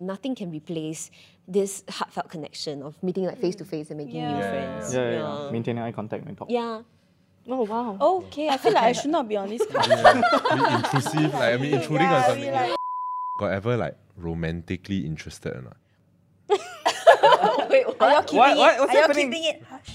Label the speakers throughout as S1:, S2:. S1: Nothing can replace this heartfelt connection of meeting like face to face and making new
S2: Yeah.
S1: friends.
S3: Yeah, yeah, yeah. Maintaining eye contact when talking.
S1: Yeah.
S4: Oh wow.
S2: Okay, I feel like I should not be on this card.
S5: Be intrusive, like I mean intruding on
S2: yeah, we
S5: something.
S2: like,
S5: Got ever like romantically interested or not?
S1: Wait,
S2: are y'all keeping
S3: What- what-
S2: it?
S3: what's
S2: are y'all
S3: happening?
S2: keeping it? Hush.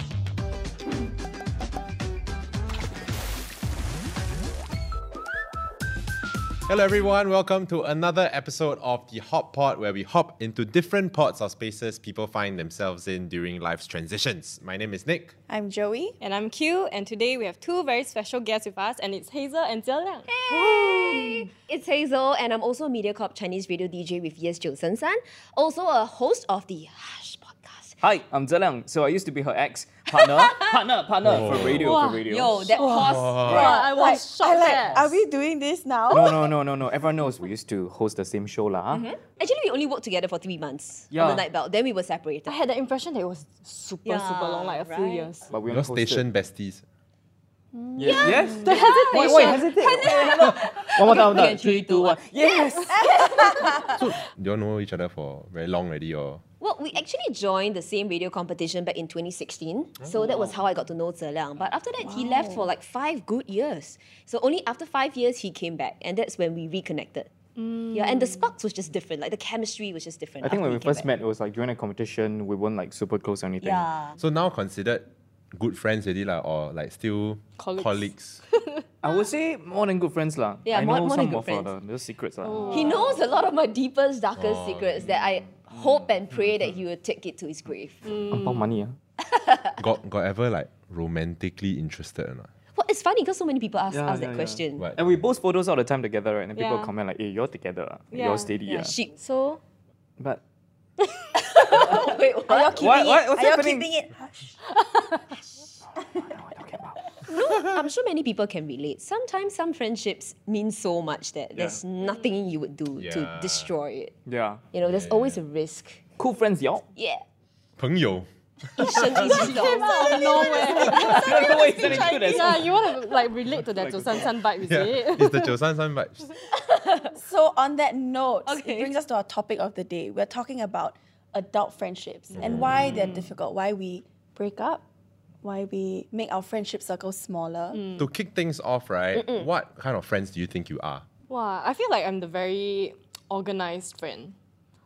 S5: Hello everyone, welcome to another episode of the Hot Pod where we hop into different parts of spaces people find themselves in during life's transitions. My name is Nick.
S2: I'm Joey.
S6: And I'm Q, and today we have two very special guests with us, and it's Hazel and Zia Liang.
S1: Hey! It's Hazel, and I'm also a MediaCorp Chinese radio DJ with Yes Joseon San, also a host of the Hush podcast.
S3: Hi, I'm Zeliang. So I used to be her ex partner, partner, partner for radio, for radio.
S1: Yo, that pause.
S6: I was
S2: Like,
S6: shocked.
S2: I
S6: yes.
S2: like, are we doing this now?
S3: no, no, no, no, no. Everyone knows we used to host the same show, lah. huh?
S1: Actually, we only worked together for three months on
S3: Yeah.
S1: the night belt. Then we were separated.
S6: I had the impression that it was super,
S1: Yeah,
S6: super long, like a few
S1: right.
S6: years.
S3: But we
S5: You know,
S3: only hosted-
S5: station besties.
S3: Yes. yes.
S6: The hesitation.
S3: Wait, wait, hesitate. one more time, one more time. Three, two, one. Yes.
S5: Do you all know each other for very long already or
S1: Well, we actually joined the same radio competition back in 2016. so that was
S3: Oh.
S1: how I got to know Zeliang. But after that, he left for like five good years. So only after five years, he came back. And that's when we reconnected. Yeah, and the sparks was just different. Like the chemistry was just different.
S3: I think
S1: after
S3: when we
S1: he came
S3: first
S1: back.
S3: met, it was like during a competition. We weren't like super close or anything.
S1: Yeah.
S5: so now considered good friends already lah, or like still
S6: Colleagues.
S5: colleagues?
S3: I would say more than good friends, lah.
S1: Yeah,
S3: I
S1: more-
S3: know
S1: more than
S3: some
S1: good
S3: of
S1: friends. Oh.
S3: her, the, the secrets, lah.
S1: He knows a lot of my deepest, darkest
S5: Oh,
S1: secrets that I hope and pray that he will take it to his grave.
S2: Mm.
S3: Angpao money, ah.
S5: got got ever like romantically interested or not?
S1: Well, it's funny because so many people ask,
S3: Yeah,
S1: ask
S3: yeah,
S1: that
S3: yeah.
S1: question.
S5: What?
S3: And we post photos all the time together, right? And people
S6: Yeah.
S3: comment like, "Hey, you're together. ah.
S6: Yeah,
S3: You're steady,
S1: Yeah,
S3: ah."
S1: she-
S6: So,
S3: But
S1: Wait,
S2: Are y'all
S1: what?
S2: keeping
S3: What- what-
S2: it?
S3: what's
S2: are y'all
S3: happening?
S2: keeping it? Hush.
S3: I know what I'm talking about.
S1: I'm sure many people can relate. Sometimes some friendships mean so much that there's nothing you would do to
S5: Yeah.
S1: destroy it.
S3: Yeah.
S1: You know, there's always a risk.
S3: Cool friends, y'all.
S1: Yeah.
S5: 朋友.
S6: yeah, you want to like relate to that to San San vibe, is
S5: Yeah,
S6: it?
S5: it's the Josan San vibes.
S2: So on that note, it
S6: Okay.
S2: brings us to our topic of the day. We're talking about adult friendships and why they're difficult, why we break up, why we make our friendship circle smaller.
S5: to kick things off, right? What kind of friends do you think you are?
S6: Wow, I feel like I'm the very organized friend.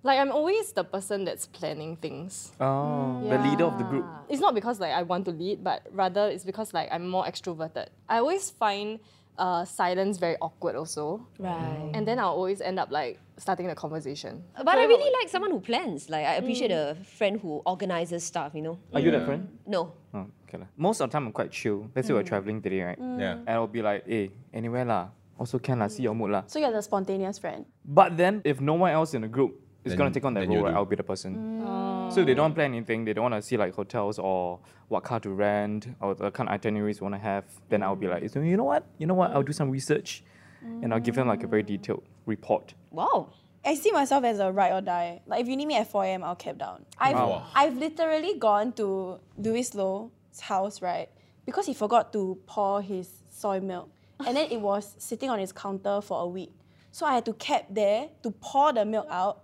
S6: Like I'm always the person that's planning things.
S3: Oh, the leader of the group.
S6: Yeah. It's not because like I want to lead, but rather it's because like I'm more extroverted. I always find uh, silence very awkward also,
S1: Right.
S6: and then I'll always end up like starting the conversation.
S1: But I really like someone who plans. Like, I appreciate
S2: Mm.
S1: a friend who organizes stuff, you know?
S3: Are you that friend?
S1: No.
S3: Oh, okay. lah. Most of the time, I'm quite chill. Let's say we're traveling today, right?
S5: Yeah.
S3: And I'll be like, hey, anywhere lah. Also can lah, see your mood lah.
S2: So you're the spontaneous friend.
S3: But then, if no one else in the group is
S5: Then-
S3: gonna take on that
S5: then you
S3: role, right,
S5: do.
S3: I'll be the person. So if they don't plan anything, they don't wanna see like hotels or what car to rent or the kind of itineraries we wanna have. Then I'll be like, "So you know what? You know what? I'll do some research, and I'll give them like a very detailed report.
S1: Wow.
S2: I see myself as a ride or die. Like if you need me at 4 a.m., I'll cab down. I've
S5: Wow.
S2: I've literally gone to Louis Low's house, right? Because he forgot to pour his soy milk. And then it was sitting on his counter for a week. So I had to cab there to pour the milk out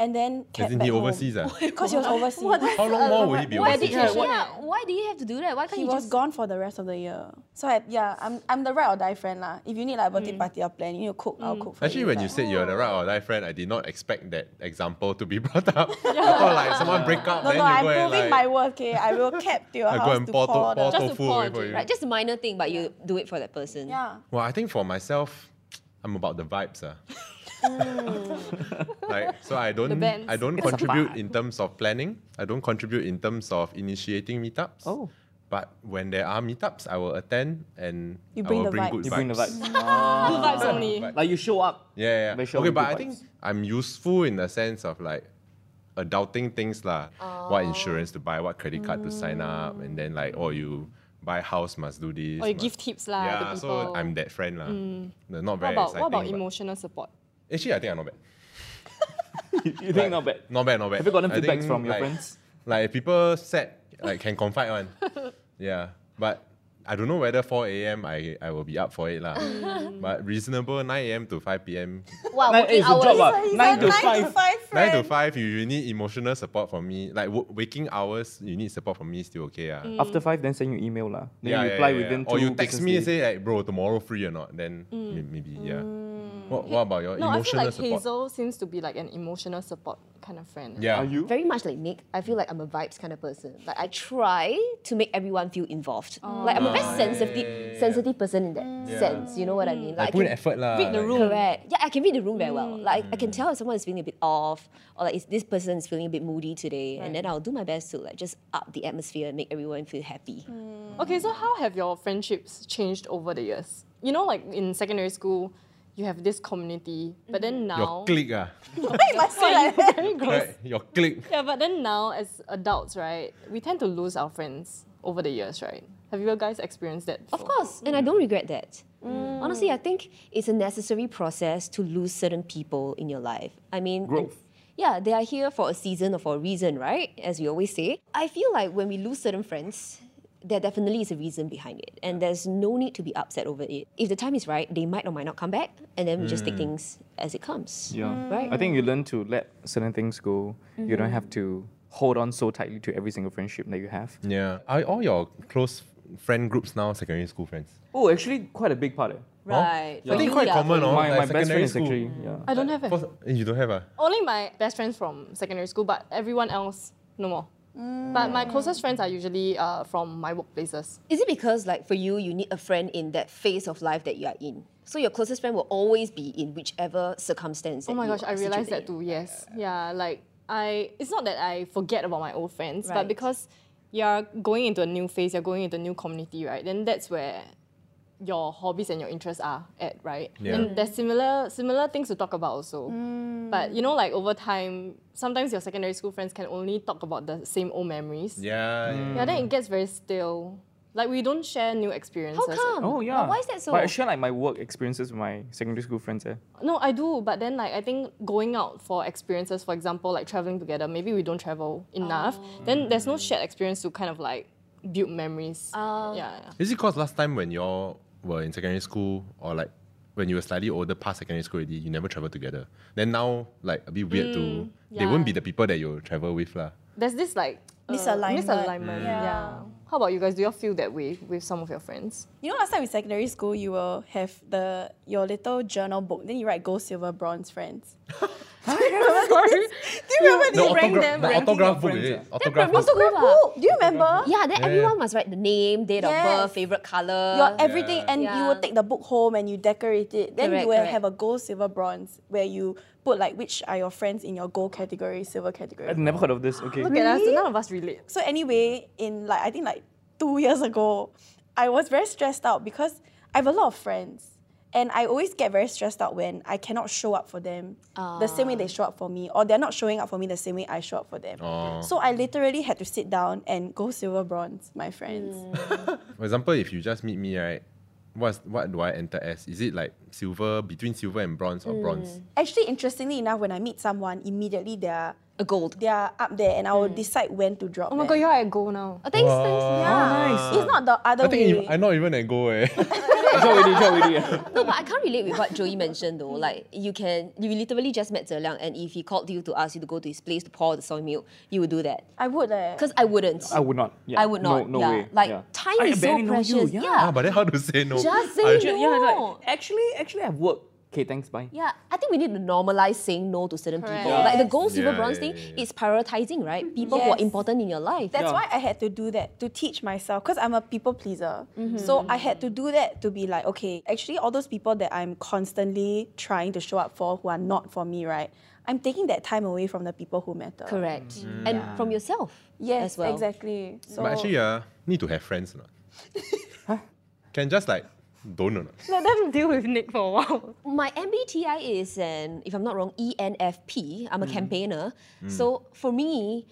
S2: and then cab
S5: As in
S2: back
S5: he
S2: home.
S5: overseas. ah?
S2: Because he was overseas.
S5: How long more will he be
S1: Why did,
S5: overseas?
S1: yeah, why did you have to do that? Why can't
S2: He
S1: you
S2: was
S1: just...
S2: gone for the rest of the year. So I, yeah, I'm, I'm the ride or die friend lah. If you need like a birthday party, I'll plan. You need to cook, I'll cook for
S5: Actually,
S2: you.
S5: when
S2: like-
S5: you said you're the right or die friend, I did not expect that example to be brought up. I thought like someone break up,
S2: No,
S5: then
S2: no,
S5: you
S2: I'm
S5: go and
S2: proving
S5: like
S2: my worth, okay? I will cap to your
S5: I
S2: house
S5: go and
S2: to
S5: pour, to,
S2: pour the...
S5: pour
S6: Just to
S5: tofu
S6: pour
S5: away for
S6: into
S5: you.
S6: it.
S1: Right, just a minor thing, but you do it for that person.
S2: Yeah.
S5: Well, I think for myself, I'm about the vibes, ah. like so I don't
S6: bands.
S5: I don't contribute in terms of planning. I don't contribute in terms of initiating meetups.
S3: Oh.
S5: But when there are meetups, I will attend and
S2: You
S5: I
S2: bring
S5: will
S2: the
S5: bring
S2: vibes.
S5: good
S3: You
S5: vibes.
S3: bring the vibes.
S6: Two vibes only.
S5: But-
S3: like you show up.
S5: Yeah,
S3: They
S5: yeah.
S3: show
S5: Okay,
S3: good
S5: but I
S3: vibes.
S5: think I'm useful in the sense of like adulting things lah.
S6: Oh.
S5: What insurance to buy, what credit card to sign up, and then like oh you buy house must do this.
S6: Or Oh, you
S5: must-
S6: give tips lah
S5: Yeah,
S6: to
S5: so
S6: people.
S5: I'm that friend lah. No, Not
S6: what
S5: very
S6: about
S5: exciting.
S6: what about
S5: but-
S6: emotional support?
S5: Actually, I think I'm not bad.
S3: you you think not bad?
S5: Not bad, not bad.
S3: Have you gotten
S5: I
S3: feedbacks
S5: think,
S3: from your
S5: like-
S3: friends?
S5: Like people said, like can confide one. yeah, but I don't know whether 4 a.m. I, I will be up for it lah. but reasonable 9 a.m. to 5 p.m.
S1: Wow,
S3: Nine,
S1: working
S3: it's a job,
S1: hours.
S3: what? Nine to five.
S5: Nine to five, you, you need emotional support from me. Like w- waking hours, you need support from me. Still okay, ah.
S1: Mm.
S3: After five, Mm. then send you email lah. Then you reply within two
S5: Or you text
S3: business
S5: me and
S3: days.
S5: say like, bro, tomorrow free or not? Then may- maybe yeah. What, what about your
S6: Mm. No, I feel
S5: emotional
S6: like
S5: support?
S6: Hazel seems to be like an emotional support kind of friend.
S5: Yeah.
S3: Are you?
S1: Very much like Nick, I feel like I'm a vibes kind of person. Like I try to make everyone feel involved. Like I'm a very
S5: Ah,
S1: sensitive,
S5: yeah, yeah, yeah.
S1: sensitive person in that sense. You know what I mean?
S5: I
S1: Like
S5: put
S1: I
S5: in
S1: can-
S5: effort lah.
S6: read the
S5: like- Mm.
S6: room.
S1: Correct. Yeah, I can read the room very well. Like I can tell if someone is feeling a bit off, or like is this person is feeling a bit moody today, and then I'll do my best to like just up the atmosphere and make everyone feel happy.
S6: Okay, so how have your friendships changed over the years? You know, like in secondary school, you have this community, but then now.
S5: Your clique ah.
S2: Why you must say like that?
S6: very gross.
S5: Right, Your clique.
S6: Yeah, but then now as adults, right, we tend to lose our friends over the years, right? Have you guys experienced that?
S1: Of course, and I don't regret that. Honestly, I think it's a necessary process to lose certain people in your life. I mean,
S3: Growth.
S1: yeah, they are here for a season or for a reason, right? As we always say. I feel like when we lose certain friends, there definitely is a reason behind it, and there's no need to be upset over it. If the time is right, they might or might not come back, and then we just take
S5: Mm.
S1: things as it comes.
S3: Yeah.
S1: Right? Mm-hmm.
S3: I think you learn to let certain things go. You don't have to hold on so tightly to every single friendship that you have.
S5: Yeah. Are all your close friend groups now secondary school friends?
S3: Oh, actually, quite a big part. Eh.
S5: Huh? I think quite common, oh,
S3: My,
S5: like
S3: my best
S5: secondary
S3: friend is
S5: school.
S3: actually yeah.
S6: I don't have it.
S5: First- eh, you don't have a.
S6: Only my best friends from secondary school, but everyone else, no more. But my closest friends are usually uh, from my workplaces.
S1: Is it because, like, for you, you need a friend in that phase of life that you are in? So your closest friend will always be in whichever circumstance.
S6: Oh
S1: that
S6: my
S1: you
S6: gosh,
S1: are
S6: I realized
S1: situated
S6: that
S1: in.
S6: too. Yes, yeah. Like I, it's not that I forget about my old friends, but
S1: Right.
S6: because you're going into a new phase, you're going into a new community, right? Then that's where your hobbies and your interests are at, right?
S5: Yeah.
S6: And there's similar similar things to talk about also. But you know, like over time, sometimes your secondary school friends can only talk about the same old memories.
S5: Yeah. yeah.
S6: Yeah, then it gets very stale. Like we don't share new experiences.
S1: come?
S3: Oh
S1: But
S3: yeah.
S1: why is that so?
S3: But I share like my work experiences with my secondary school friends. Eh.
S6: No, I do, but then like I think going out for experiences, for example, like traveling together, maybe we don't travel enough. Then there's no shared experience to kind of like build memories. yeah, yeah.
S5: Is it cause last time when y'all were in secondary school or like when you were slightly older past secondary school already, you never traveled together. Then now like a bit weird to they
S6: Mm, yeah.
S5: won't be the people that you travel with lah.
S6: There's this like uh,
S2: Misalignment.
S6: misalignment,
S2: Yeah.
S6: Yeah. How about you guys? Do you all feel that way with some of your friends?
S2: You know, last time in secondary school, you will have the your little journal book. Then you write gold, silver, bronze, friends. Do you remember
S5: No
S2: this?
S6: rank
S5: autograph,
S6: them,
S5: no
S6: ranking
S5: autograph
S3: your
S5: book.
S3: friends,
S5: is it?
S3: ah.
S5: Autograph book.
S1: Also good lah.
S2: Do you remember?
S1: Yeah, then
S5: Yeah,
S1: everyone
S5: yeah.
S1: must write the name, date
S2: Yes.
S1: of birth, favorite color.
S2: Your everything, and you will
S1: Yeah.
S2: take the book home and you decorate it. Then
S1: Correct,
S2: you will
S1: correct.
S2: have a gold, silver, bronze, where you put like which are your friends in your gold category, silver category.
S3: I've never heard of this. Okay.
S6: Look at us, none of us relate.
S2: So anyway, in like I think like two years ago, I was very stressed out because I have a lot of friends. And I always get very stressed out when I cannot show up for them the same
S6: Ah.
S2: way they show up for me, or they're not showing up for me the same way I show up for them.
S5: Oh.
S2: So I literally had to sit down and go silver bronze, my friends.
S6: Mm.
S5: For example, if you just meet me, right? What's what do I enter as? Is it like silver between silver and bronze
S6: Mm.
S5: or bronze?
S2: Actually, interestingly enough, when I meet someone, immediately they're
S1: a gold.
S2: they're up there, and I will decide when to drop.
S6: Oh my
S2: them.
S6: god, you're at go now.
S1: Oh, thanks, thanks.
S2: nice. It's not the other
S5: I think
S2: way.
S5: ev- I'm not even at go eh.
S3: Chao already, chao already, eh.
S1: No, but I can't relate with what Joey mentioned though. Like you can, you literally just met Zeliang, and if he called you to ask you to go to his place to pour the soy milk, you would do that.
S2: I would eh.
S1: Because I wouldn't.
S3: I would not. Yeah.
S1: I would not.
S3: No, no
S1: yeah.
S3: way.
S1: Like
S3: yeah.
S1: time
S3: I
S1: is so
S3: barely know you,
S1: precious.
S3: yeah.
S5: ah, but then how to say no?
S1: Just say
S5: I-
S1: no.
S3: Yeah, like actually, actually, I've worked. Okay, thanks. Bye.
S1: Yeah, I think we need to normalize saying no to certain
S6: Correct.
S1: people. Like the gold, silver,
S5: Yeah,
S1: bronze
S5: yeah,
S1: thing
S5: yeah, yeah.
S1: is prioritizing, right? People who are
S2: Mm-hmm. Yes.
S1: important in your life.
S2: That's
S3: Yeah.
S2: why I had to do that to teach myself because I'm a people pleaser.
S6: Mm-hmm.
S2: So I had to do that to be like, okay, actually, all those people that I'm constantly trying to show up for who are not for me, right? I'm taking that time away from the people who matter.
S1: Correct. And from yourself.
S2: Yes,
S1: as well.
S2: exactly. So
S5: But actually, uh, need to have friends or not? Can just like don't or not?
S6: Let them deal with Nick for a while.
S1: my MBTI is an, if I'm not wrong, E ENFP. I'm a campaigner. So for me,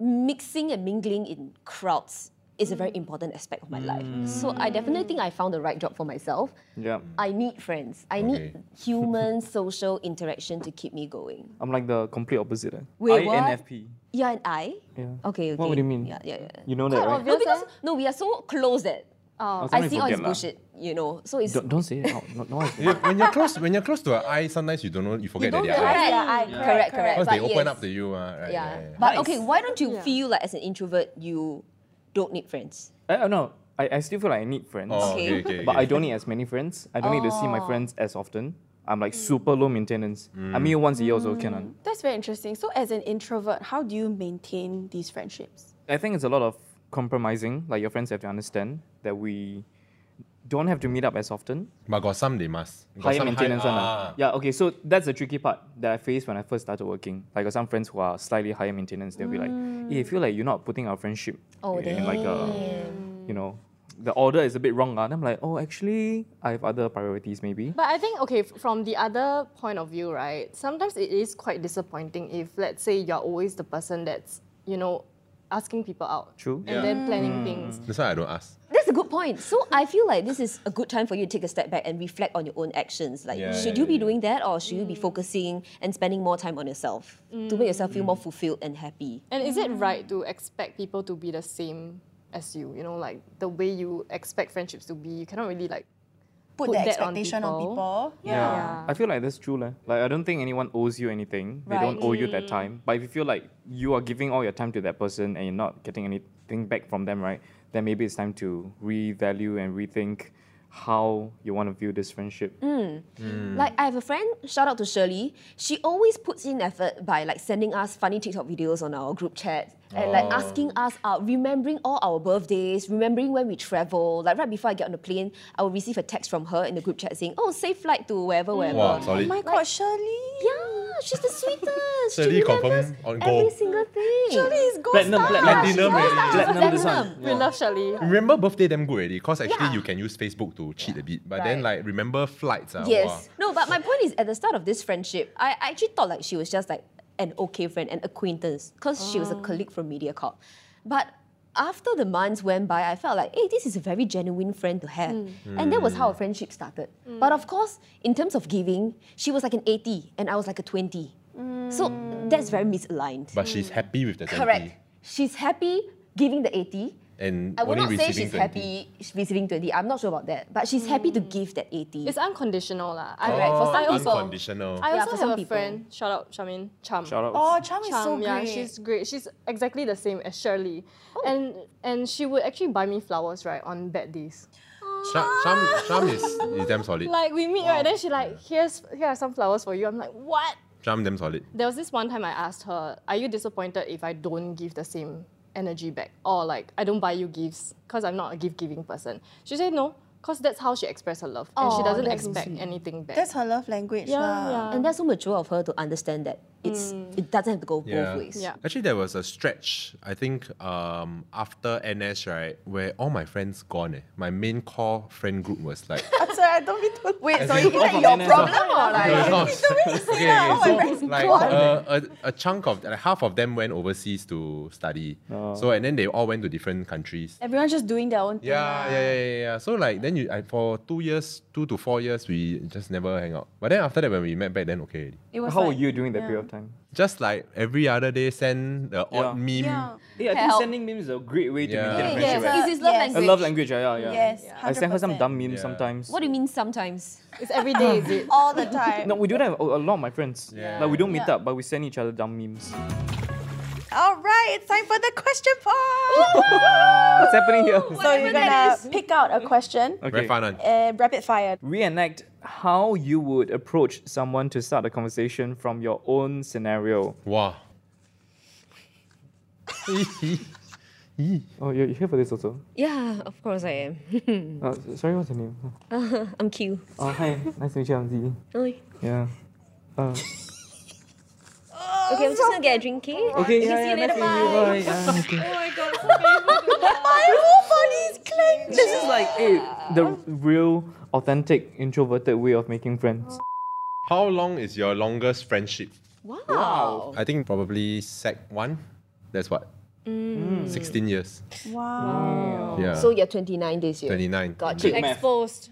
S1: mixing and mingling in crowds is a very
S2: Mm.
S1: important aspect of my life. So I definitely think I found the right job for myself.
S3: Yeah.
S1: I need friends. I need
S5: Okay.
S1: human social interaction to keep me going.
S3: I'm like the complete opposite. eh.
S1: Wait, what?
S3: INFP.
S1: You're an I?
S3: Yeah.
S1: Okay, okay.
S3: What would you mean?
S1: Yeah, yeah, yeah.
S3: You know that, right?
S6: obvious,
S1: no, because
S6: eh?
S1: no, we are so close that
S3: was
S1: I
S3: wondering
S1: see all
S3: if we'll
S1: his
S3: get lah.
S1: bullshit, you know. So it's
S3: Don't, don't say it out. No, no one
S5: You- when you're close, when you're close to her eye, sometimes you don't know, you forget that they're eyes.
S2: eyes. Yeah, eye,
S1: correct,
S2: correct,
S1: correct.
S5: Because they
S1: But yes.
S5: open up to you, uh, right?
S1: Yeah.
S5: yeah.
S1: But
S3: Nice.
S1: okay, why don't you
S6: Yeah.
S1: feel like as an introvert you don't need friends?
S3: I don't know. I, I still feel like I need friends.
S5: Oh,
S1: Okay. Oh.
S5: okay, okay,
S3: But
S5: okay.
S3: I don't need as many friends. I don't need to see my friends as often. I'm
S1: Mm.
S3: like super low maintenance. I meet you once a year or so, can I?
S2: That's very interesting. So, as an introvert, how do you maintain these friendships?
S3: I think it's a lot of compromising. Like your friends have to understand that we don't have to meet up as often.
S5: But got some they must. Got
S3: Higher
S5: some
S3: maintenance, one
S5: ah.
S3: lah. Yeah. Okay. So that's the tricky part that I faced when I first started working. Like got some friends who are slightly higher maintenance. They'll be like, "Hey, I feel like you're not putting our friendship
S1: Oh,
S3: in like a, you know, the order is a bit wrong." lah." And I'm like, "Oh, actually, I have other priorities, maybe."
S6: But I think okay, f- from the other point of view, right? Sometimes it is quite disappointing if let's say you're always the person that's you know asking people out.
S3: True. Mm.
S6: And then planning things.
S5: That's why I don't ask.
S1: That's a good point. So I feel like this is a good time for you to take a step back and reflect on your own actions. Like,
S5: Yeah,
S1: should
S5: yeah,
S1: you be
S5: yeah.
S1: doing that or should you be focusing and spending more time on yourself to make yourself feel
S5: Mm.
S1: more fulfilled and happy?
S6: And is it right to expect people to be the same as you? You know, like the way you expect friendships to be, you cannot really like
S2: Put,
S6: Put
S2: the
S6: that on
S2: expectation on people.
S6: people.
S3: Yeah.
S6: Yeah.
S3: I feel like that's true. lah. Like, I don't think anyone owes you anything. They don't
S2: Right.
S3: owe you that time. But if you feel like you are giving all your time to that person and you're not getting anything back from them, right? Then maybe it's time to revalue and rethink how you want to view this friendship.
S5: Mm.
S1: Like I have a friend, shout out to Shirley. She always puts in effort by like sending us funny TikTok videos on our group chat and like
S5: Oh.
S1: asking us out, remembering all our birthdays, remembering when we travel. Like right before I get on the plane, I will receive a text from her in the group chat saying, "Oh, safe flight to wherever, wherever."
S5: Mm. Wow,
S2: Oh
S5: solid.
S2: my god, Shirley!
S1: Yeah, she's the sweetest.
S5: Shirley
S1: she remembers
S5: confirm on
S1: every
S5: goal.
S1: single thing.
S2: Shirley is gold
S3: Platinum,
S2: star.
S3: platinum.
S5: Platinum already.
S3: Platinum this one.
S1: Platinum.
S6: We love Shirley.
S5: Remember birthday them good already, cause actually
S1: Yeah.
S5: you can use Facebook to cheat a bit. But then
S1: Right.
S5: like remember flights ah, wow.
S1: Yes. No, but my point is at the start of this friendship, I, I actually thought like she was just like an okay friend, an acquaintance, because she was a colleague from MediaCorp. But after the months went by, I felt like, hey, this is a very genuine friend to have. And that was how our friendship started. But of course, in terms of giving, she was like an 80 and I was like a 20. So that's very misaligned.
S5: But she's happy with the 20.
S1: Correct. She's happy giving the 80.
S5: And
S1: I would
S5: only
S1: not say
S5: receiving
S1: she's
S5: 20.
S1: happy receiving 20. I'm not sure about that. But she's happy to give that 80.
S6: It's unconditional lah. I,
S1: Correct. For
S5: Oh,
S1: some people-
S5: unconditional.
S6: I
S1: Yeah,
S6: also
S1: for some
S6: have a
S1: people.
S6: friend. Shout out, Charmaine. Cham.
S3: Shout out.
S2: Oh, Charm is so
S6: Cham,
S2: great.
S6: yeah, she's great. Oh. She's exactly the same as Shirley, and and she would actually buy me flowers right on bad days.
S5: Sham, Sham, Sham is, is damn solid.
S6: Like we meet right, then she like here's here are some flowers for you. I'm like what?
S5: Sham damn solid.
S6: There was this one time I asked her, are you disappointed if I don't give the same energy back or like I don't buy you gifts because I'm not a gift giving person? She said no, because that's how she expressed her love and she
S1: Aw,
S6: doesn't
S1: that's so
S6: expect
S1: sweet.
S6: anything back.
S2: That's her love language.
S6: yeah,
S2: lah.
S6: yeah.
S1: And that's so mature of her to understand that it's it doesn't have to go both ways.
S6: Yeah.
S5: Actually, there was a stretch, I think, um, after NS, right, where all my friends gone. Eh. My main core friend group was like.
S2: I'm sorry, I don't mean to. Wait,
S5: sorry, is
S3: that your problem
S2: or
S5: No, it's not. okay, okay,
S2: all my friends
S5: so like
S2: gone.
S5: uh, a, a chunk of like, half of them went overseas to study. So and then they all went to different countries.
S2: Everyone's just doing their own thing.
S5: Yeah, yeah, yeah, yeah, yeah. So like then you I, for two years, two to four years, we just never hang out. But then after that, when we met back, then okay. already.
S2: It was
S3: How
S2: like,
S3: were you during that period of time?
S5: Just like every other day, send the
S3: Yeah.
S5: odd meme.
S2: Yeah.
S3: Yeah, I
S1: think Help.
S3: sending memes is a great way
S5: to Yeah. maintain
S1: Yes, it's
S2: friendship, right?
S1: his love
S2: Yes.
S3: I
S1: language.
S3: love language. Yeah, yeah.
S2: Yes,
S3: I send her some
S2: 100%.
S3: dumb memes
S5: Yeah.
S3: sometimes.
S1: What do you mean sometimes?
S6: It's every day, is it?
S2: all the time.
S3: no, we do that with a a lot of my friends.
S5: Yeah.
S3: Like we don't meet
S2: Yeah.
S3: up, but we send each other dumb memes.
S2: All right, it's time for the question part.
S3: What's happening here?
S2: so you're gonna pick out a question
S3: Okay.
S5: Very fun one.
S2: and rapid fire.
S3: reenact how you would approach someone to start a conversation from your own scenario.
S5: Wow.
S3: Oh, you're you're here for this also?
S1: Yeah, of course I am.
S3: Uh, sorry, what's your name?
S1: I'm Q.
S3: Oh, hi. nice to meet you, I'm Z.
S1: Okay,
S3: Yeah. Uh,
S1: I'm just gonna get a drink, okay?
S3: okay,
S1: see
S3: yeah, yeah,
S1: you
S3: nice
S1: later,
S3: to meet you. Bye. Yeah, okay.
S6: Oh
S2: My whole body's clenched.
S3: This is like eh, the real, authentic, introverted way of making friends.
S5: How long is your longest friendship?
S1: Wow.
S5: I think probably sec one. That's what. 16 years.
S2: Wow.
S5: Yeah.
S1: So you're 29 this year.
S5: 29.
S1: Got you.
S3: Math.
S6: Exposed.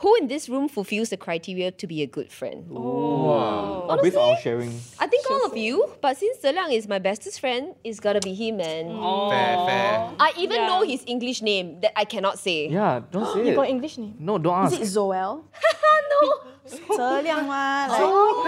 S1: Who in this room fulfills the criteria to be a good friend?
S3: Wow. Based on our sharing.
S1: I think all of you, but since Zelang is my bestest friend, it's gotta be him, man.
S5: Mm. Fair, fair.
S1: I even
S6: Yeah.
S1: know his English name that I cannot say.
S3: Yeah, don't say
S6: You got
S3: it.
S6: English name.
S3: No, don't
S2: Is
S3: ask.
S2: it Zoel? Zhe Liang mah, like-
S1: Oh,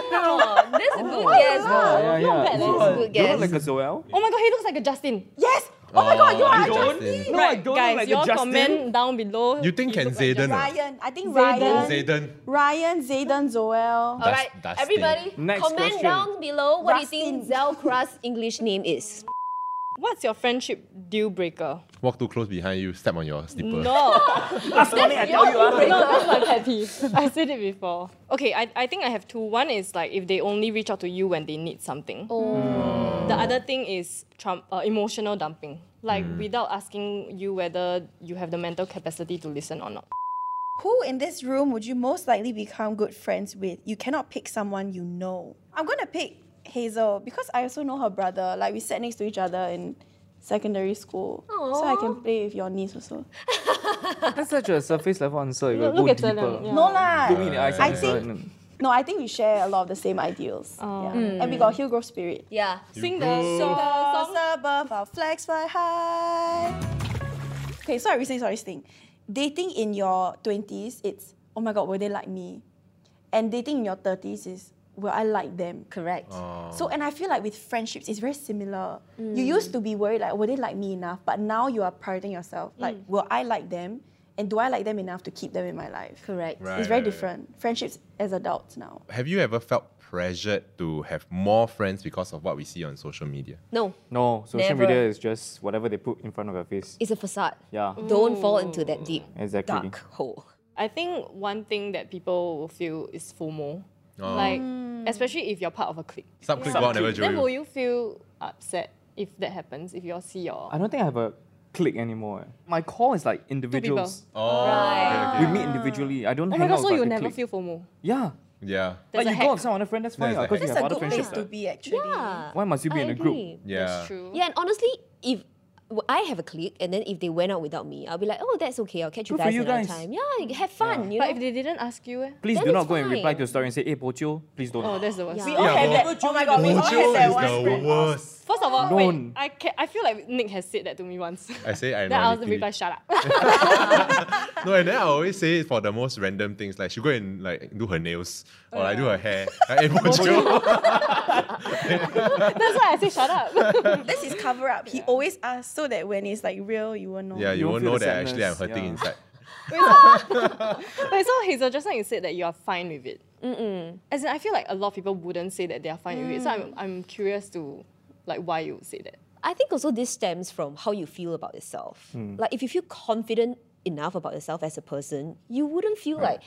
S1: that's a good guess. though.
S3: yeah, yeah.
S6: bad,
S3: You
S6: eh?
S3: look-
S1: Good
S3: You
S1: guess.
S3: look like a Zoel.
S6: Oh my god, he looks like a Justin.
S2: Yes! Oh my god, you
S5: Oh,
S2: are
S3: Uh,
S5: you
S2: Justin.
S5: don't? Justin.
S3: No, I don't
S6: guys,
S3: look like
S6: your
S3: a Justin.
S6: comment down below.
S5: You think can Zayden? ah?
S2: Ryan. I think
S6: Zayden.
S2: Ryan.
S5: Zayden.
S2: Ryan, Zayden, Zoel.
S1: All right,
S5: Dusty.
S1: everybody,
S3: Next
S1: comment
S3: question.
S1: down below what do you think
S2: Rustin.
S1: Zel Kra's English name is.
S6: What's your friendship deal breaker?
S5: Walk too close behind you, step on your slipper.
S6: No,
S3: Ask only, I tell you. ah.
S6: no, that's my pet peeve. I said it before. Okay, I, I think I have two. One is like if they only reach out to you when they need something.
S5: Hmm.
S6: The other thing is trump, uh, emotional dumping. Like
S5: Hmm.
S6: without asking you whether you have the mental capacity to listen or not.
S2: Who in this room would you most likely become good friends with? You cannot pick someone you know. I'm gonna pick Hazel because I also know her brother. Like we sat next to each other in secondary school. So I can play with your niece also.
S3: That's such a surface level answer. You
S6: Look,
S3: gotta go
S6: at
S3: deeper.
S6: Zelang.
S2: No lah.
S3: Look me in the eyes.
S2: I
S3: and-
S2: think- No, I think we share a lot of the same ideals. Yeah. And we got Hillgrove spirit.
S1: Yeah.
S6: Sing the song.
S2: Stars above our flags fly high. Okay, so I recently saw this thing. Dating in your 20s, it's, oh my god, will they like me? And dating in your 30s is, will I like them?
S1: Correct.
S2: So, and I feel like with friendships, it's very similar. You used to be worried, like, will they like me enough? But now you are prioritizing yourself, like, will I like them? And do I like them enough to keep them in my life?
S1: Correct.
S5: Right,
S2: It's very
S5: right, right.
S2: different. Friendships as adults now.
S5: Have you ever felt pressured to have more friends because of what we see on social media?
S1: No,
S3: No, social
S1: Never.
S3: media is just whatever they put in front of your face.
S1: it's a facade.
S3: Yeah.
S1: Don't fall into that deep,
S3: Exactly.
S1: dark hole.
S6: I think one thing that people will feel is FOMO.
S5: Oh.
S6: Like, especially if you're part of a clique.
S5: Some clique will never
S6: Then
S5: join
S6: will
S5: you.
S6: you feel upset if that happens? If you see your
S3: I don't think I have a clique anymore. My call is like individuals.
S5: Oh,
S1: Right.
S5: okay,
S3: We
S5: okay.
S3: meet individually. I don't
S6: oh
S3: hang
S6: my god,
S3: out
S6: so
S3: with
S6: you
S3: like a
S6: never
S3: clique.
S6: feel FOMO.
S3: Yeah.
S5: Yeah.
S6: That's
S3: like
S6: a
S3: you go
S6: hack.
S3: with someone, friend, that's fine.
S5: That's a
S3: Because you
S5: hack.
S2: It's
S3: have
S2: a good
S3: other
S2: place
S3: friendships.
S2: to
S3: that-
S2: be, actually.
S3: Why must you be
S1: I
S3: in a
S1: agree.
S3: group?
S5: Yeah.
S6: That's true.
S1: Yeah, and honestly, if w- I have a clique and then if they went out without me, I'll be like, oh, that's okay. I'll catch you
S3: Good for
S1: guys
S3: you
S1: another
S3: guys.
S1: time. Yeah, you have fun. You
S6: But
S1: know?
S6: if they didn't ask you, eh?
S3: Please
S1: Then
S3: do
S1: it's
S3: not go and reply
S1: fine.
S3: to a story and say, hey, Pocho, please don't.
S6: oh, that's the worst.
S1: Yeah.
S2: We
S1: We
S2: all
S1: all
S5: Yeah,
S2: have
S5: have that-
S2: that. Oh my god, we all
S5: Mojo
S2: have that one
S5: is the worst.
S6: First of all, wait,
S3: Don't.
S6: I, ca- I feel like Nick has said that to me once.
S5: I say
S6: then I was
S5: ironically.
S6: reply, shut up.
S5: No, and then I always say it for the most random things. Like she go and like do her nails or like do her hair. Like, hey, Mojo.
S6: That's why I say shut up.
S2: This is cover up. He always asks so that when it's like real, you will know.
S5: yeah, you
S3: don't
S5: won't
S3: feel
S5: know
S3: the
S5: that actually I'm
S3: sadness,
S5: hurting
S3: yeah.
S5: inside.
S6: But so Hazel, just now you said that you are fine with it. Mm-mm. Mm. As in, I feel like a lot of people wouldn't say that they are fine with it. So I'm, I'm curious to, like, why you would say that.
S1: I think also this stems from how you feel about yourself.
S5: Hmm.
S1: Like if you feel confident enough about yourself as a person, you wouldn't feel like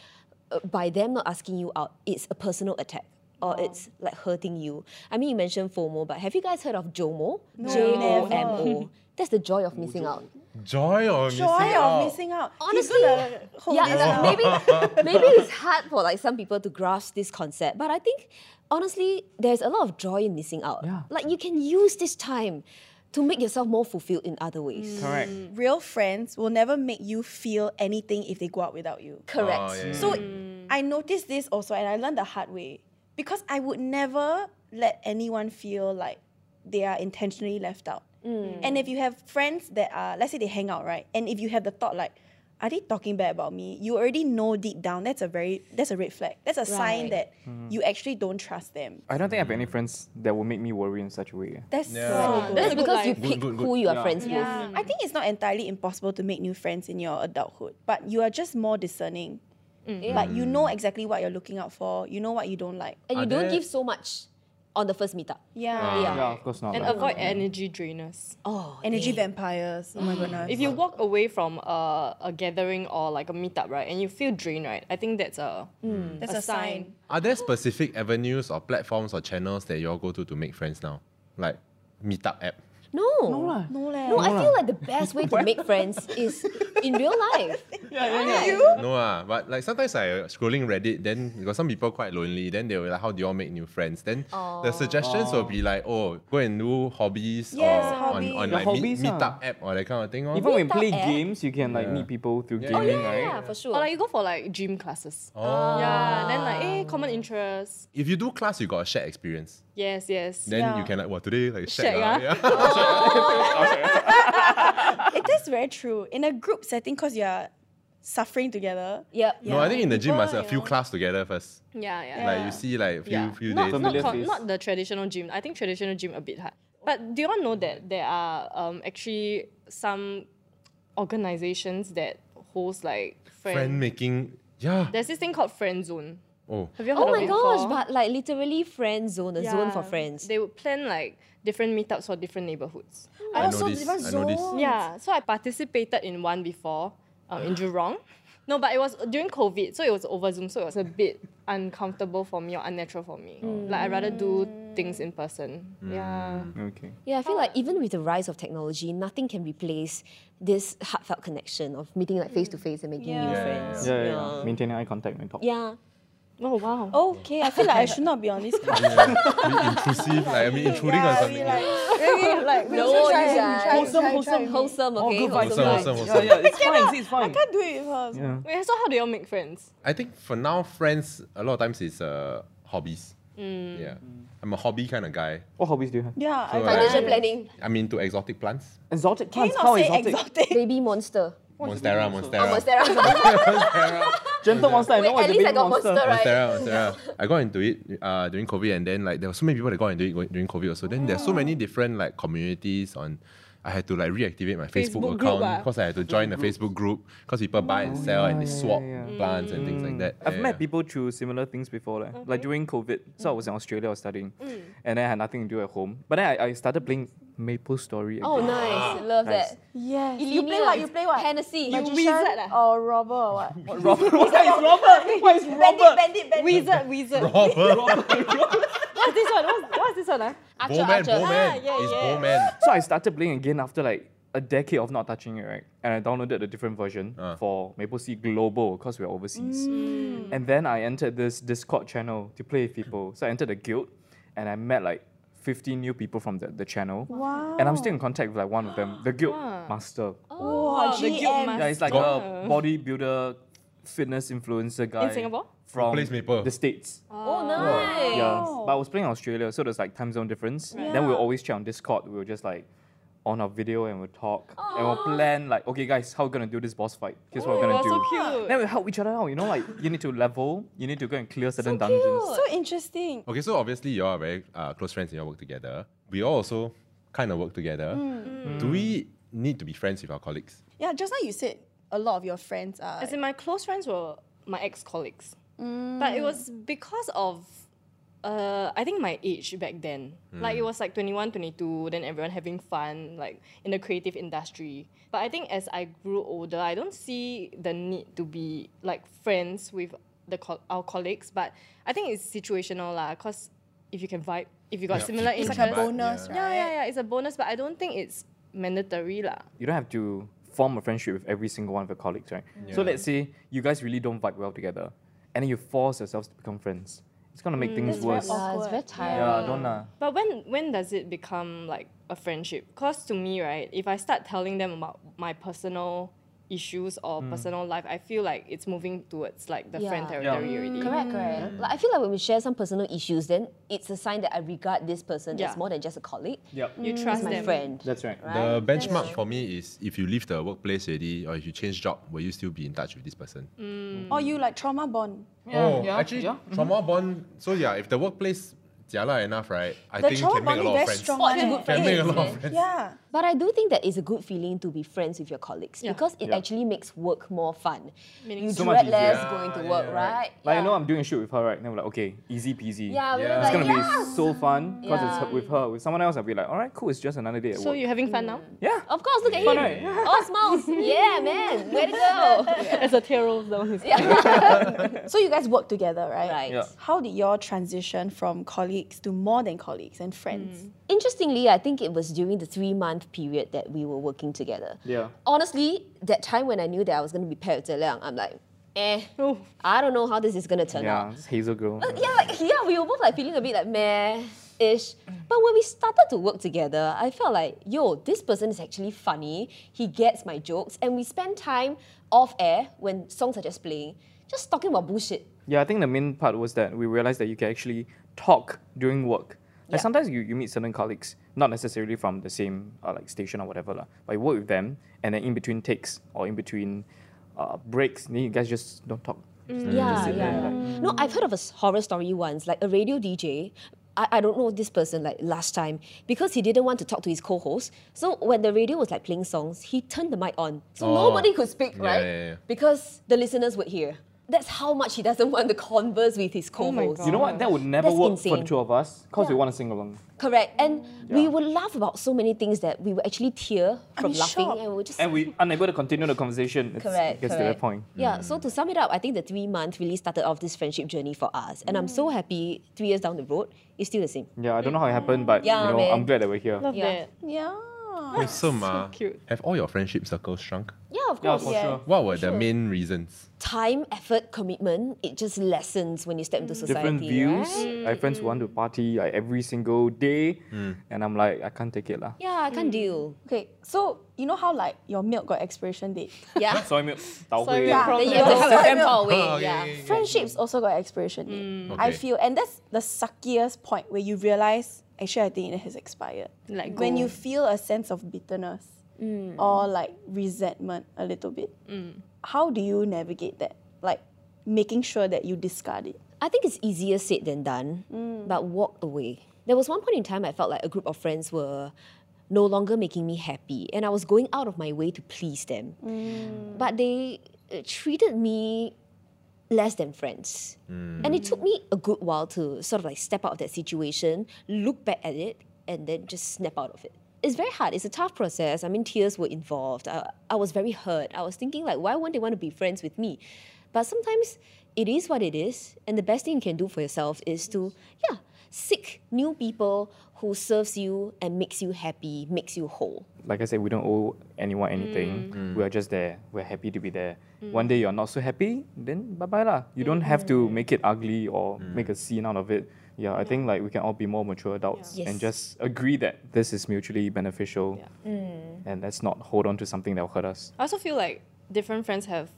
S1: uh, by them not asking you out, it's a personal attack or it's like hurting you. I mean, you mentioned FOMO, but have you guys heard of JOMO? J O M O. That's the joy of missing out.
S5: Joy or missing
S2: Joy
S5: out?
S2: of missing out.
S1: Honestly, yeah, like maybe maybe it's hard for like some people to grasp this concept, but I think honestly, there's a lot of joy in missing out.
S3: Yeah.
S1: Like you can use this time to make yourself more fulfilled in other ways.
S5: Hmm.
S3: Correct.
S2: real friends will never make you feel anything if they go out without you.
S1: Correct.
S5: Oh, yeah, yeah,
S2: So
S1: Mm.
S2: I noticed this also and I learned the hard way because I would never let anyone feel like they are intentionally left out.
S1: Mm.
S2: And if you have friends that are, let's say they hang out, right? And if you have the thought like, are they talking bad about me? You already know deep down that's a very that's a red flag. That's a sign
S1: Right.
S2: that you actually don't trust them.
S3: I don't think I have any friends that will make me worry in such a way.
S2: That's
S5: Yeah.
S2: so good.
S1: That's
S6: That's Oh, a good
S1: because you
S6: life.
S1: pick
S5: Good, good,
S1: who
S5: good.
S1: you are
S3: Yeah.
S1: friends with.
S2: I think it's not entirely impossible to make new friends in your adulthood, but you are just more discerning.
S1: Mm.
S2: Like you know exactly what you're looking out for. You know what you don't like.
S1: And
S5: Are
S1: you don't
S5: there-
S1: give so much on the first meetup.
S2: Yeah.
S1: Yeah.
S3: Yeah, of course not.
S6: And
S3: lah.
S6: avoid energy drainers.
S1: Oh,
S2: Energy
S1: dang.
S2: vampires. Oh my goodness.
S6: If you walk away from a, a gathering or like a meetup, right, and you feel drained, right, I think that's a
S2: that's a sign.
S5: Are there specific avenues or platforms or channels that you all go to to make friends now? Like meetup app.
S1: No. No
S3: lah.
S1: No, I feel like the best way to make friends is in real life.
S5: No, ah, but like sometimes I uh, scrolling Reddit, then got some people quite lonely. Then they were like, "How do y'all make new friends?" Then the suggestions will be like, "Oh, go and do hobbies
S2: Yes,
S5: or
S2: hobbies.
S5: on, on
S3: The
S5: like
S3: hobbies,
S5: meet,
S3: ah.
S5: meetup app or that kind of thing." Oh,
S3: Even
S5: Or.
S3: when you
S1: Meetup
S3: play
S1: app.
S3: games, you can like meet people through
S5: Yeah. Oh,
S3: gaming,
S1: Yeah,
S3: right?
S1: for sure.
S6: Or like you go for like gym classes.
S5: Oh.
S6: Yeah, then like
S1: Ah.
S6: eh, common interests.
S5: If you do class, you got a shared experience.
S6: Yes, yes.
S5: Then
S2: Yeah.
S5: you can like, "What today? Like
S6: Shag,
S5: shag, ah."
S6: ah.
S5: Yeah.
S2: It is very true. In a group setting, because you're suffering together.
S1: Yep.
S5: No, I think in the gym, must
S2: People,
S5: a few
S2: you know.
S5: class together first.
S6: Yeah, yeah.
S5: Like you see, like few
S6: yeah.
S5: few
S6: not,
S5: days.
S6: Not,
S3: Familiar
S6: con-
S3: face.
S6: not the traditional gym. I think traditional gym a bit hard. But do you all know that there are um, actually some organizations that host like friend,
S5: friend making. Yeah.
S6: There's this thing called friend zone.
S5: Oh.
S6: Have you heard
S1: Oh
S6: of
S1: my
S6: it
S1: gosh,
S6: before?
S1: but like literally friend zone, a zone for
S6: Yeah.
S1: friends.
S6: They would plan like different meetups for different neighborhoods.
S5: I know
S2: so
S5: this.
S2: different
S5: I know this.
S2: zones.
S6: Yeah, so I participated in one before um, in Jurong. No, but it was during COVID, so it was over Zoom, so it was a bit uncomfortable for me or unnatural for me.
S3: Hmm.
S6: Like I rather do things in person. Yeah.
S3: Okay.
S1: Yeah, I feel like even with the rise of technology, nothing can replace this heartfelt connection of meeting like face to
S6: Mm.
S1: face and making new
S2: Yeah.
S5: Yeah,
S1: friends.
S3: Yeah, yeah, yeah. Maintaining eye contact and talk.
S1: Yeah.
S6: Oh wow.
S2: Okay, I feel like I should not be on this couch.
S5: Be intrusive. like I mean, intruding on
S2: yeah,
S5: something.
S2: we like, really, like, we
S1: No,
S2: also
S1: you
S2: try
S1: guys.
S2: and- try and-
S3: Wholesome,
S2: try and-
S3: wholesome.
S1: Wholesome,
S3: All
S1: okay?
S3: Oh, good vibes,
S1: vibes.
S5: Wholesome, wholesome,
S3: Yeah,
S5: wholesome.
S3: yeah, it's fine, see, it's fine.
S2: I can't do it with her. also.
S3: Yeah.
S6: Wait, so how do y'all make friends?
S5: I think for now, friends, a lot of times it's uh, hobbies. Yeah. I'm a hobby kind of guy.
S3: What hobbies do you have?
S2: Yeah,
S5: So,
S2: I
S5: like-
S1: Financial
S5: Yeah.
S1: planning.
S5: I'm into exotic plants.
S3: Exotic
S2: Can
S3: plants.
S2: you
S3: How
S2: not say
S3: exotic?
S2: exotic?
S1: Baby monster.
S5: Monstera, Monstera.
S1: Almost there. Wait,
S3: Gentle monster. I know what's
S1: at
S3: the
S1: least
S3: big
S1: I got monster, right?
S5: Monstera, Monstera. I got into it uh, during COVID, and then like there were so many people that got into it go- during COVID. Also, then there's so many different like communities on. I had to like reactivate my Facebook,
S6: Facebook group,
S5: account
S6: ah.
S5: because I had to join the Facebook group because people buy and sell and they swap
S3: yeah, Mm.
S5: plants and things
S1: Mm.
S5: like that.
S3: I've
S5: Yeah,
S3: met
S5: yeah.
S3: people through similar things before, like,
S1: Mm-hmm.
S3: like during COVID. So I
S1: Mm.
S3: was in Australia, I was studying, and then I had nothing to do at home. But then I, I started playing Maple Story. Again.
S1: Oh, nice. Love
S3: Nice.
S1: that.
S2: Yes. You
S1: Illenia,
S2: play what? You play what?
S1: Hennessy.
S2: Magician
S6: wizard ah?
S2: or robber or what?
S3: Robert, why is Robert? Why is Robert?
S2: bandit, bandit.
S6: Wizard, wizard.
S5: Robert,
S6: What's this one? What's, what's this one? Ah?
S1: Archer,
S5: Bowman,
S1: Archer.
S5: Bowman,
S6: yeah,
S5: it's
S6: yeah.
S5: Bowman.
S3: So I started playing again after like a decade of not touching it, right? And I downloaded a different version
S5: Ah.
S3: for Maple C Global because we're overseas.
S1: Mm.
S3: And then I entered this Discord channel to play with people. So I entered a guild, and I met like 15 new people from the, the channel.
S2: Wow.
S3: And I'm still in contact with like one of them, the guild master.
S2: Wow,
S6: the guild
S2: GM.
S6: master.
S3: Yeah, it's like
S5: Got-
S3: a bodybuilder, fitness influencer guy.
S6: Singapore?
S3: From
S5: Plays Maple.
S3: the States.
S1: Oh, nice.
S3: Yeah.
S2: Wow.
S3: But I was playing in Australia, so there's like time zone difference. Then we'll always chat on Discord. We'll just like on our video and we'll talk. And we'll plan like, okay guys, how we gonna do this boss fight? Here's what we're gonna
S6: Wow,
S3: do.
S6: so cute.
S3: Then we help each other out, you know, like you need to level, you need to go and clear certain
S1: cute.
S3: dungeons.
S2: So interesting.
S5: Okay, so obviously you are very uh, close friends and you all work together. We all also kind of work together. Mm. Do we need to be friends with our colleagues?
S2: Yeah, just now you said a lot of your friends are.
S6: As in, my close friends were my ex colleagues. But it was because of, uh, I think my age back then.
S2: Hmm.
S6: Like, it was like 21, 22, then everyone having fun, like in the creative industry. But I think as I grew older, I don't see the need to be like friends with the co- our colleagues. But I think it's situational, lah, because if you can vibe, if you got
S5: Yeah,
S6: similar
S5: it's
S6: interests.
S2: like a
S5: But-
S2: bonus,
S5: yeah.
S2: right?
S6: yeah, yeah, yeah, it's a bonus, but I don't think it's mandatory. lah.
S3: you don't have to form a friendship with every single one of your colleagues, right? So
S5: Yeah.
S3: let's say you guys really don't vibe well together, and then you force yourselves to become friends. It's gonna make things
S2: that's very
S3: worse.
S2: awkward.
S1: Yeah, it's very tiring.
S3: Yeah, don't uh,
S6: But when when does it become like a friendship? Cause to me, right, if I start telling them about my personal issues or personal life, I feel like it's moving towards like the friend
S1: Yeah.
S6: territory already.
S1: Correct, correct. Like, I feel like when we share some personal issues, then it's a sign that I regard this person
S6: Yeah.
S1: as more than just a colleague.
S3: Yep.
S6: You trust
S1: It's Mm. my
S6: them.
S1: friend.
S3: That's right.
S1: right?
S5: The benchmark for me is if you leave the workplace already or if you change job, will you still be in touch with this person?
S2: Or you like trauma bond.
S5: oh,
S3: yeah,
S5: actually,
S3: yeah. Mm-hmm.
S5: trauma bond. So yeah, if the workplace jialat enough, right? I
S2: The
S5: think
S2: trauma
S5: can make
S2: bond
S5: a
S2: is
S5: lot
S2: very
S5: of friends.
S2: strong.
S1: Oh, it's a good
S5: Can
S1: friend.
S5: make a lot of friends.
S2: Yeah.
S1: But I do think that it's a good feeling to be friends with your colleagues
S6: Yeah.
S1: because it
S3: Yeah.
S1: actually makes work more fun. You
S6: Meaningful.
S3: So much
S1: dread
S3: easier.
S1: less going to
S5: Yeah,
S1: work,
S5: yeah,
S1: right?
S5: right.
S3: Like I know I'm doing a shoot with her, right? And then we're like, okay, easy peasy.
S1: Yeah, we're like,
S5: Yeah. It's
S3: It's gonna
S1: yeah.
S3: be so fun because it's
S1: Yeah.
S3: her, with her. With someone else, I'll be like, all right, cool. It's just another day at
S6: So
S3: work.
S6: you're having fun now?
S3: yeah.
S1: Of course, look at
S3: Fun,
S1: him.
S3: right?
S1: All smiles. yeah, man. Way to go.
S6: As a tear rolls down his
S1: Yeah.
S2: So you guys work together, right?
S1: Right.
S3: Yeah.
S2: How did your transition from colleagues to more than colleagues and friends?
S1: Interestingly, I think it was during the three month period that we were working together.
S3: Yeah.
S1: Honestly, that time when I knew that I was going to be paired with Zeliang, I'm like, eh,
S6: Oh.
S1: I don't know how this is going to turn out.
S3: Yeah, this Hazel girl.
S1: Yeah, like, yeah, we were both like feeling a bit like meh ish. But when we started to work together, I felt like, yo, this person is actually funny. He gets my jokes. And we spend time off air when songs are just playing, just talking about bullshit.
S3: Yeah, I think the main part was that we realized that you can actually talk during work.
S1: Yeah.
S3: Like sometimes you, you meet certain colleagues, not necessarily from the same uh, like station or whatever, lah, but you work with them, and then in between takes or in between uh, breaks, then you guys just don't talk.
S1: Yeah,
S3: sit there,
S1: yeah. No, I've heard of a s- horror story once, like a radio DJ. I, I don't know this person like last time because he didn't want to talk to his co-host. So when the radio was like playing songs, he turned the mic on. So
S5: Oh.
S1: nobody could speak,
S5: Yeah,
S1: right?
S5: yeah, yeah.
S1: Because the listeners would hear. That's how much he doesn't want to converse with his
S6: my
S1: co-host.
S3: You know what? That would never
S1: That's
S3: work for
S1: insane.
S3: the two of us because we
S1: Yeah.
S3: want to sing along.
S1: Correct. And we
S3: Yeah.
S1: would laugh about so many things that we would actually tear from
S2: I'm
S1: laughing
S2: shocked.
S1: and we would just
S3: And we unable to continue the conversation. It's,
S1: Correct.
S3: It gets
S1: correct.
S3: to that point.
S1: Yeah. So to sum it up, I think the three month really started off this friendship journey for us, and I'm so happy. Three years down the road, it's still the same.
S3: Yeah, I don't know how it happened, but
S1: Yeah,
S3: you know,
S1: man.
S3: I'm glad that we're here.
S6: Love
S1: Yeah.
S6: that.
S2: Yeah.
S5: Wait, so, Ma,
S6: cute.
S5: have all your friendship circles shrunk?
S1: Yeah, of
S3: Yeah,
S1: course.
S3: for
S2: Yeah.
S3: sure.
S5: What were the main reasons?
S1: Time, effort, commitment. It just lessens when you step into society.
S3: Different views. I have friends who want to party like every single day, and I'm like, I can't take it lah.
S1: Yeah, I can't deal.
S2: Okay, so you know how like your milk got expiration date?
S1: Yeah.
S3: Soy milk,
S6: Soy
S3: 捣回.
S6: milk.
S1: then you
S6: Yeah.
S1: have to have a
S2: Yeah.
S1: grandpa away.
S5: Oh, okay,
S1: yeah.
S5: okay, okay.
S2: Friendships also got expiration date. I
S5: Okay.
S2: feel, and that's the suckiest point where you realize actually I think it has expired.
S6: Let
S2: when
S6: go. Mm.
S2: you feel a sense of bitterness or like resentment a little bit. How do you navigate that? Like making sure that you discard it.
S1: I think it's easier said than done, but walk away. There was one point in time I felt like a group of friends were no longer making me happy, and I was going out of my way to please them. But they uh, treated me less than friends. And it took me a good while to sort of like step out of that situation, look back at it, and then just snap out of it. It's very hard. It's a tough process. I mean, tears were involved. I, I was very hurt. I was thinking, like, why won't they want to be friends with me? But sometimes it is what it is. And the best thing you can do for yourself is to, yeah, seek new people who serves you and makes you happy, makes you whole.
S3: like I said, we don't owe anyone anything.
S1: Mm.
S3: We are just there. We're happy to be there. One day you're not so happy, then bye bye lah. You don't have to
S1: Mm.
S3: make it ugly or make a scene out of it. Yeah, I think like we can all be more mature adults
S1: Yeah.
S3: and
S1: Yes.
S3: just agree that this is mutually beneficial,
S1: Mm.
S3: and let's not hold on to something that will hurt us.
S6: I also feel like different friends have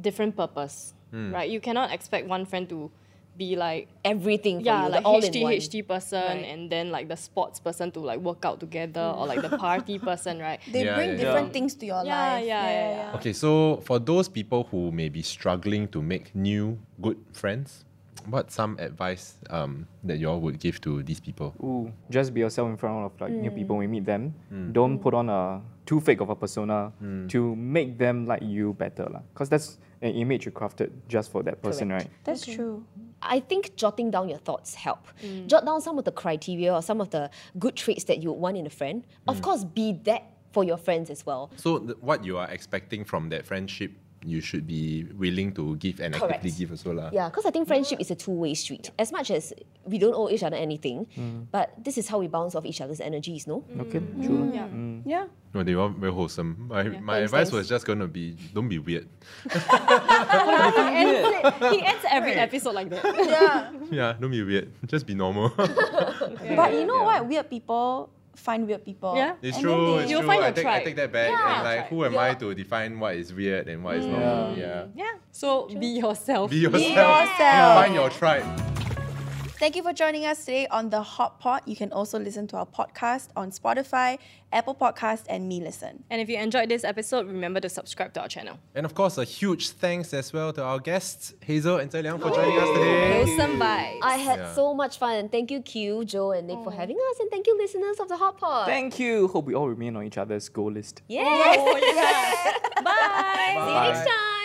S6: different purpose, right? You cannot expect one friend to be like
S1: Everything for
S6: yeah,
S1: you, the
S6: like
S1: all
S6: HD
S1: in one.
S6: HD person,
S1: Right.
S6: and then like the sports person to like work out together, or like the party person, right?
S2: They
S5: Yeah,
S2: bring
S5: yeah,
S2: different
S3: yeah.
S2: things to your
S6: Yeah,
S2: life.
S6: yeah, yeah, yeah.
S5: Okay, so for those people who may be struggling to make new good friends, what's some advice um, that you all would give to these people?
S3: Ooh, just be yourself in front of like
S1: Mm.
S3: new people when you meet them. Don't put on a too fake of a persona to make them like you better lah. Cause that's an image you crafted just for that person,
S1: Correct.
S3: right?
S2: That's true.
S1: I think jotting down your thoughts help. Jot down some of the criteria or some of the good traits that you want in a friend. Of course, be that for your friends as well.
S5: So, th- what you are expecting from that friendship, you should be willing to give and actively
S1: Correct.
S5: give as well. lah.
S1: Yeah, because I think friendship is a two-way street. As much as we don't owe each other anything, but this is how we bounce off each other's energies, no?
S3: Okay, true.
S6: Yeah.
S2: Yeah.
S5: No, they were very wholesome. My, my
S1: Thanks,
S5: advice
S1: thanks.
S5: was just going to be don't be weird.
S6: he ends every episode like that. Mm.
S5: yeah, don't be weird. Just be normal.
S2: But you know what? Weird people find weird people.
S6: Yeah.
S5: it's
S2: And then
S5: true.
S2: they-
S5: It's
S6: You'll
S5: true.
S6: find
S5: I
S6: your
S5: take, I
S6: tribe.
S5: take that back.
S6: Yeah.
S5: and like,
S6: Tribe.
S5: who am I to define what is weird and what is normal? Yeah.
S6: Yeah. So be yourself.
S5: Be yourself.
S2: yourself.
S5: Find your tribe.
S2: Thank you for joining us today on the Hot Pot. You can also listen to our podcast on Spotify, Apple Podcast, and Me Listen.
S6: And if you enjoyed this episode, remember to subscribe to our channel.
S5: And of course, a huge thanks as well to our guests, Hazel and Zhe Liang, for joining us today.
S6: Awesome vibes.
S1: I had
S5: Yeah.
S1: so much fun. and Thank you, Q, Joe, and Nick for having us, and thank you, listeners of the Hot Pod.
S3: Thank you. Hope we all remain on each other's goal list.
S1: yes.
S6: Bye.
S1: See you next time.